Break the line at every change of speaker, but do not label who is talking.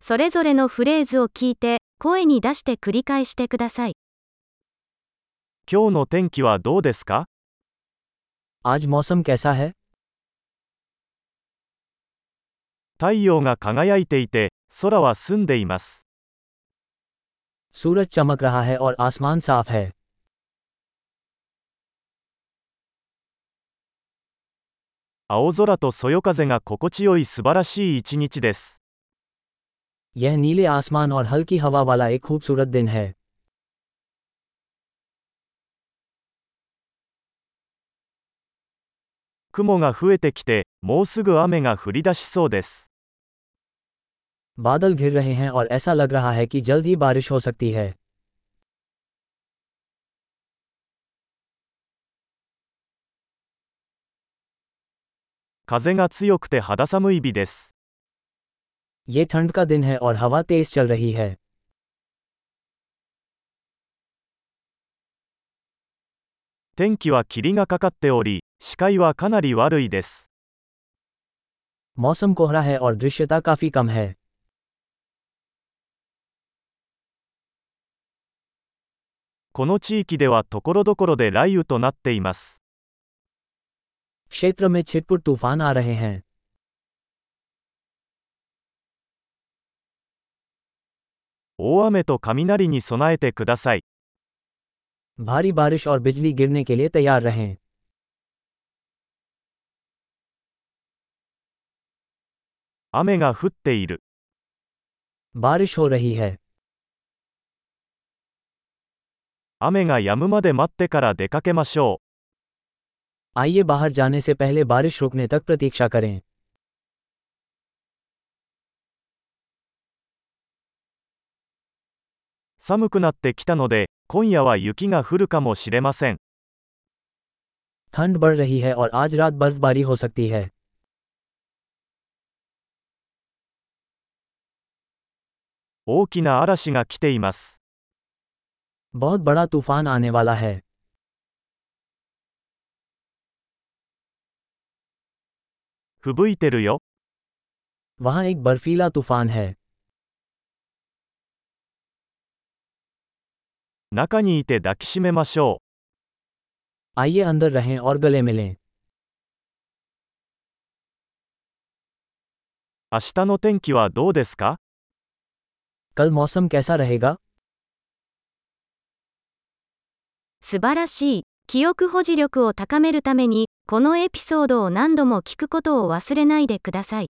それぞれのフレーズを聞いて、声に出して繰り返してください。
今日の天気はどうですか
आज मौसम कैसा है
太陽が輝いていて、空は澄んでいます。
सूरज चमक रहा है और आसमान साफ है
青空とそよ風が心地よい素晴らしい一日です。
यह नीले आसमान और हल्की हवा वाला एक खूबसूरत दिन है
雲が増えてきて、もうすぐ雨が降り出しそうです。
बादल घिर रहे हैं और ऐसा लग रहा है कि जल्द ही बारिश हो सकती है
風が強くて肌寒い日です。
ये ठंड का दिन है और हवा तेज चल रही है
天気は霧がかかっており、視界はかなり悪いです。
मौसम कोहरा है और दृश्यता काफ़ी कम है
この地域ではところどころで雷雨となっています。
क्षेत्र में छिटपुट तूफान आ रहे हैं
大雨と雷に備えてください。
भारी बारिश और बिजली गिरने के लिए तैयार रहें
雨が降っている。
बारिश हो रही है
雨が止むまで待ってから出かけましょう。
आइए बाहर जाने से पहले बारिश रुकने तक प्रतीक्षा करें
寒くなってきたので、今夜は雪が降るかもしれません。
ठंड बढ़ रही है और आज रात बर्फबारी हो सकती है
「大きな嵐が来ています。
बहुत बड़ा तूफान आने वाला है
吹雪いてるよ。
वहाँ एक बर्फीला तूफान है
中にいて抱きしめましょう。
आइए अंदर रहें और गले मिलें
明日の天気はどうですか
कल मौसम कैसा रहेगा
素晴らしい。記憶保持力を高めるために、このエピソードを何度も聞くことを忘れないでください。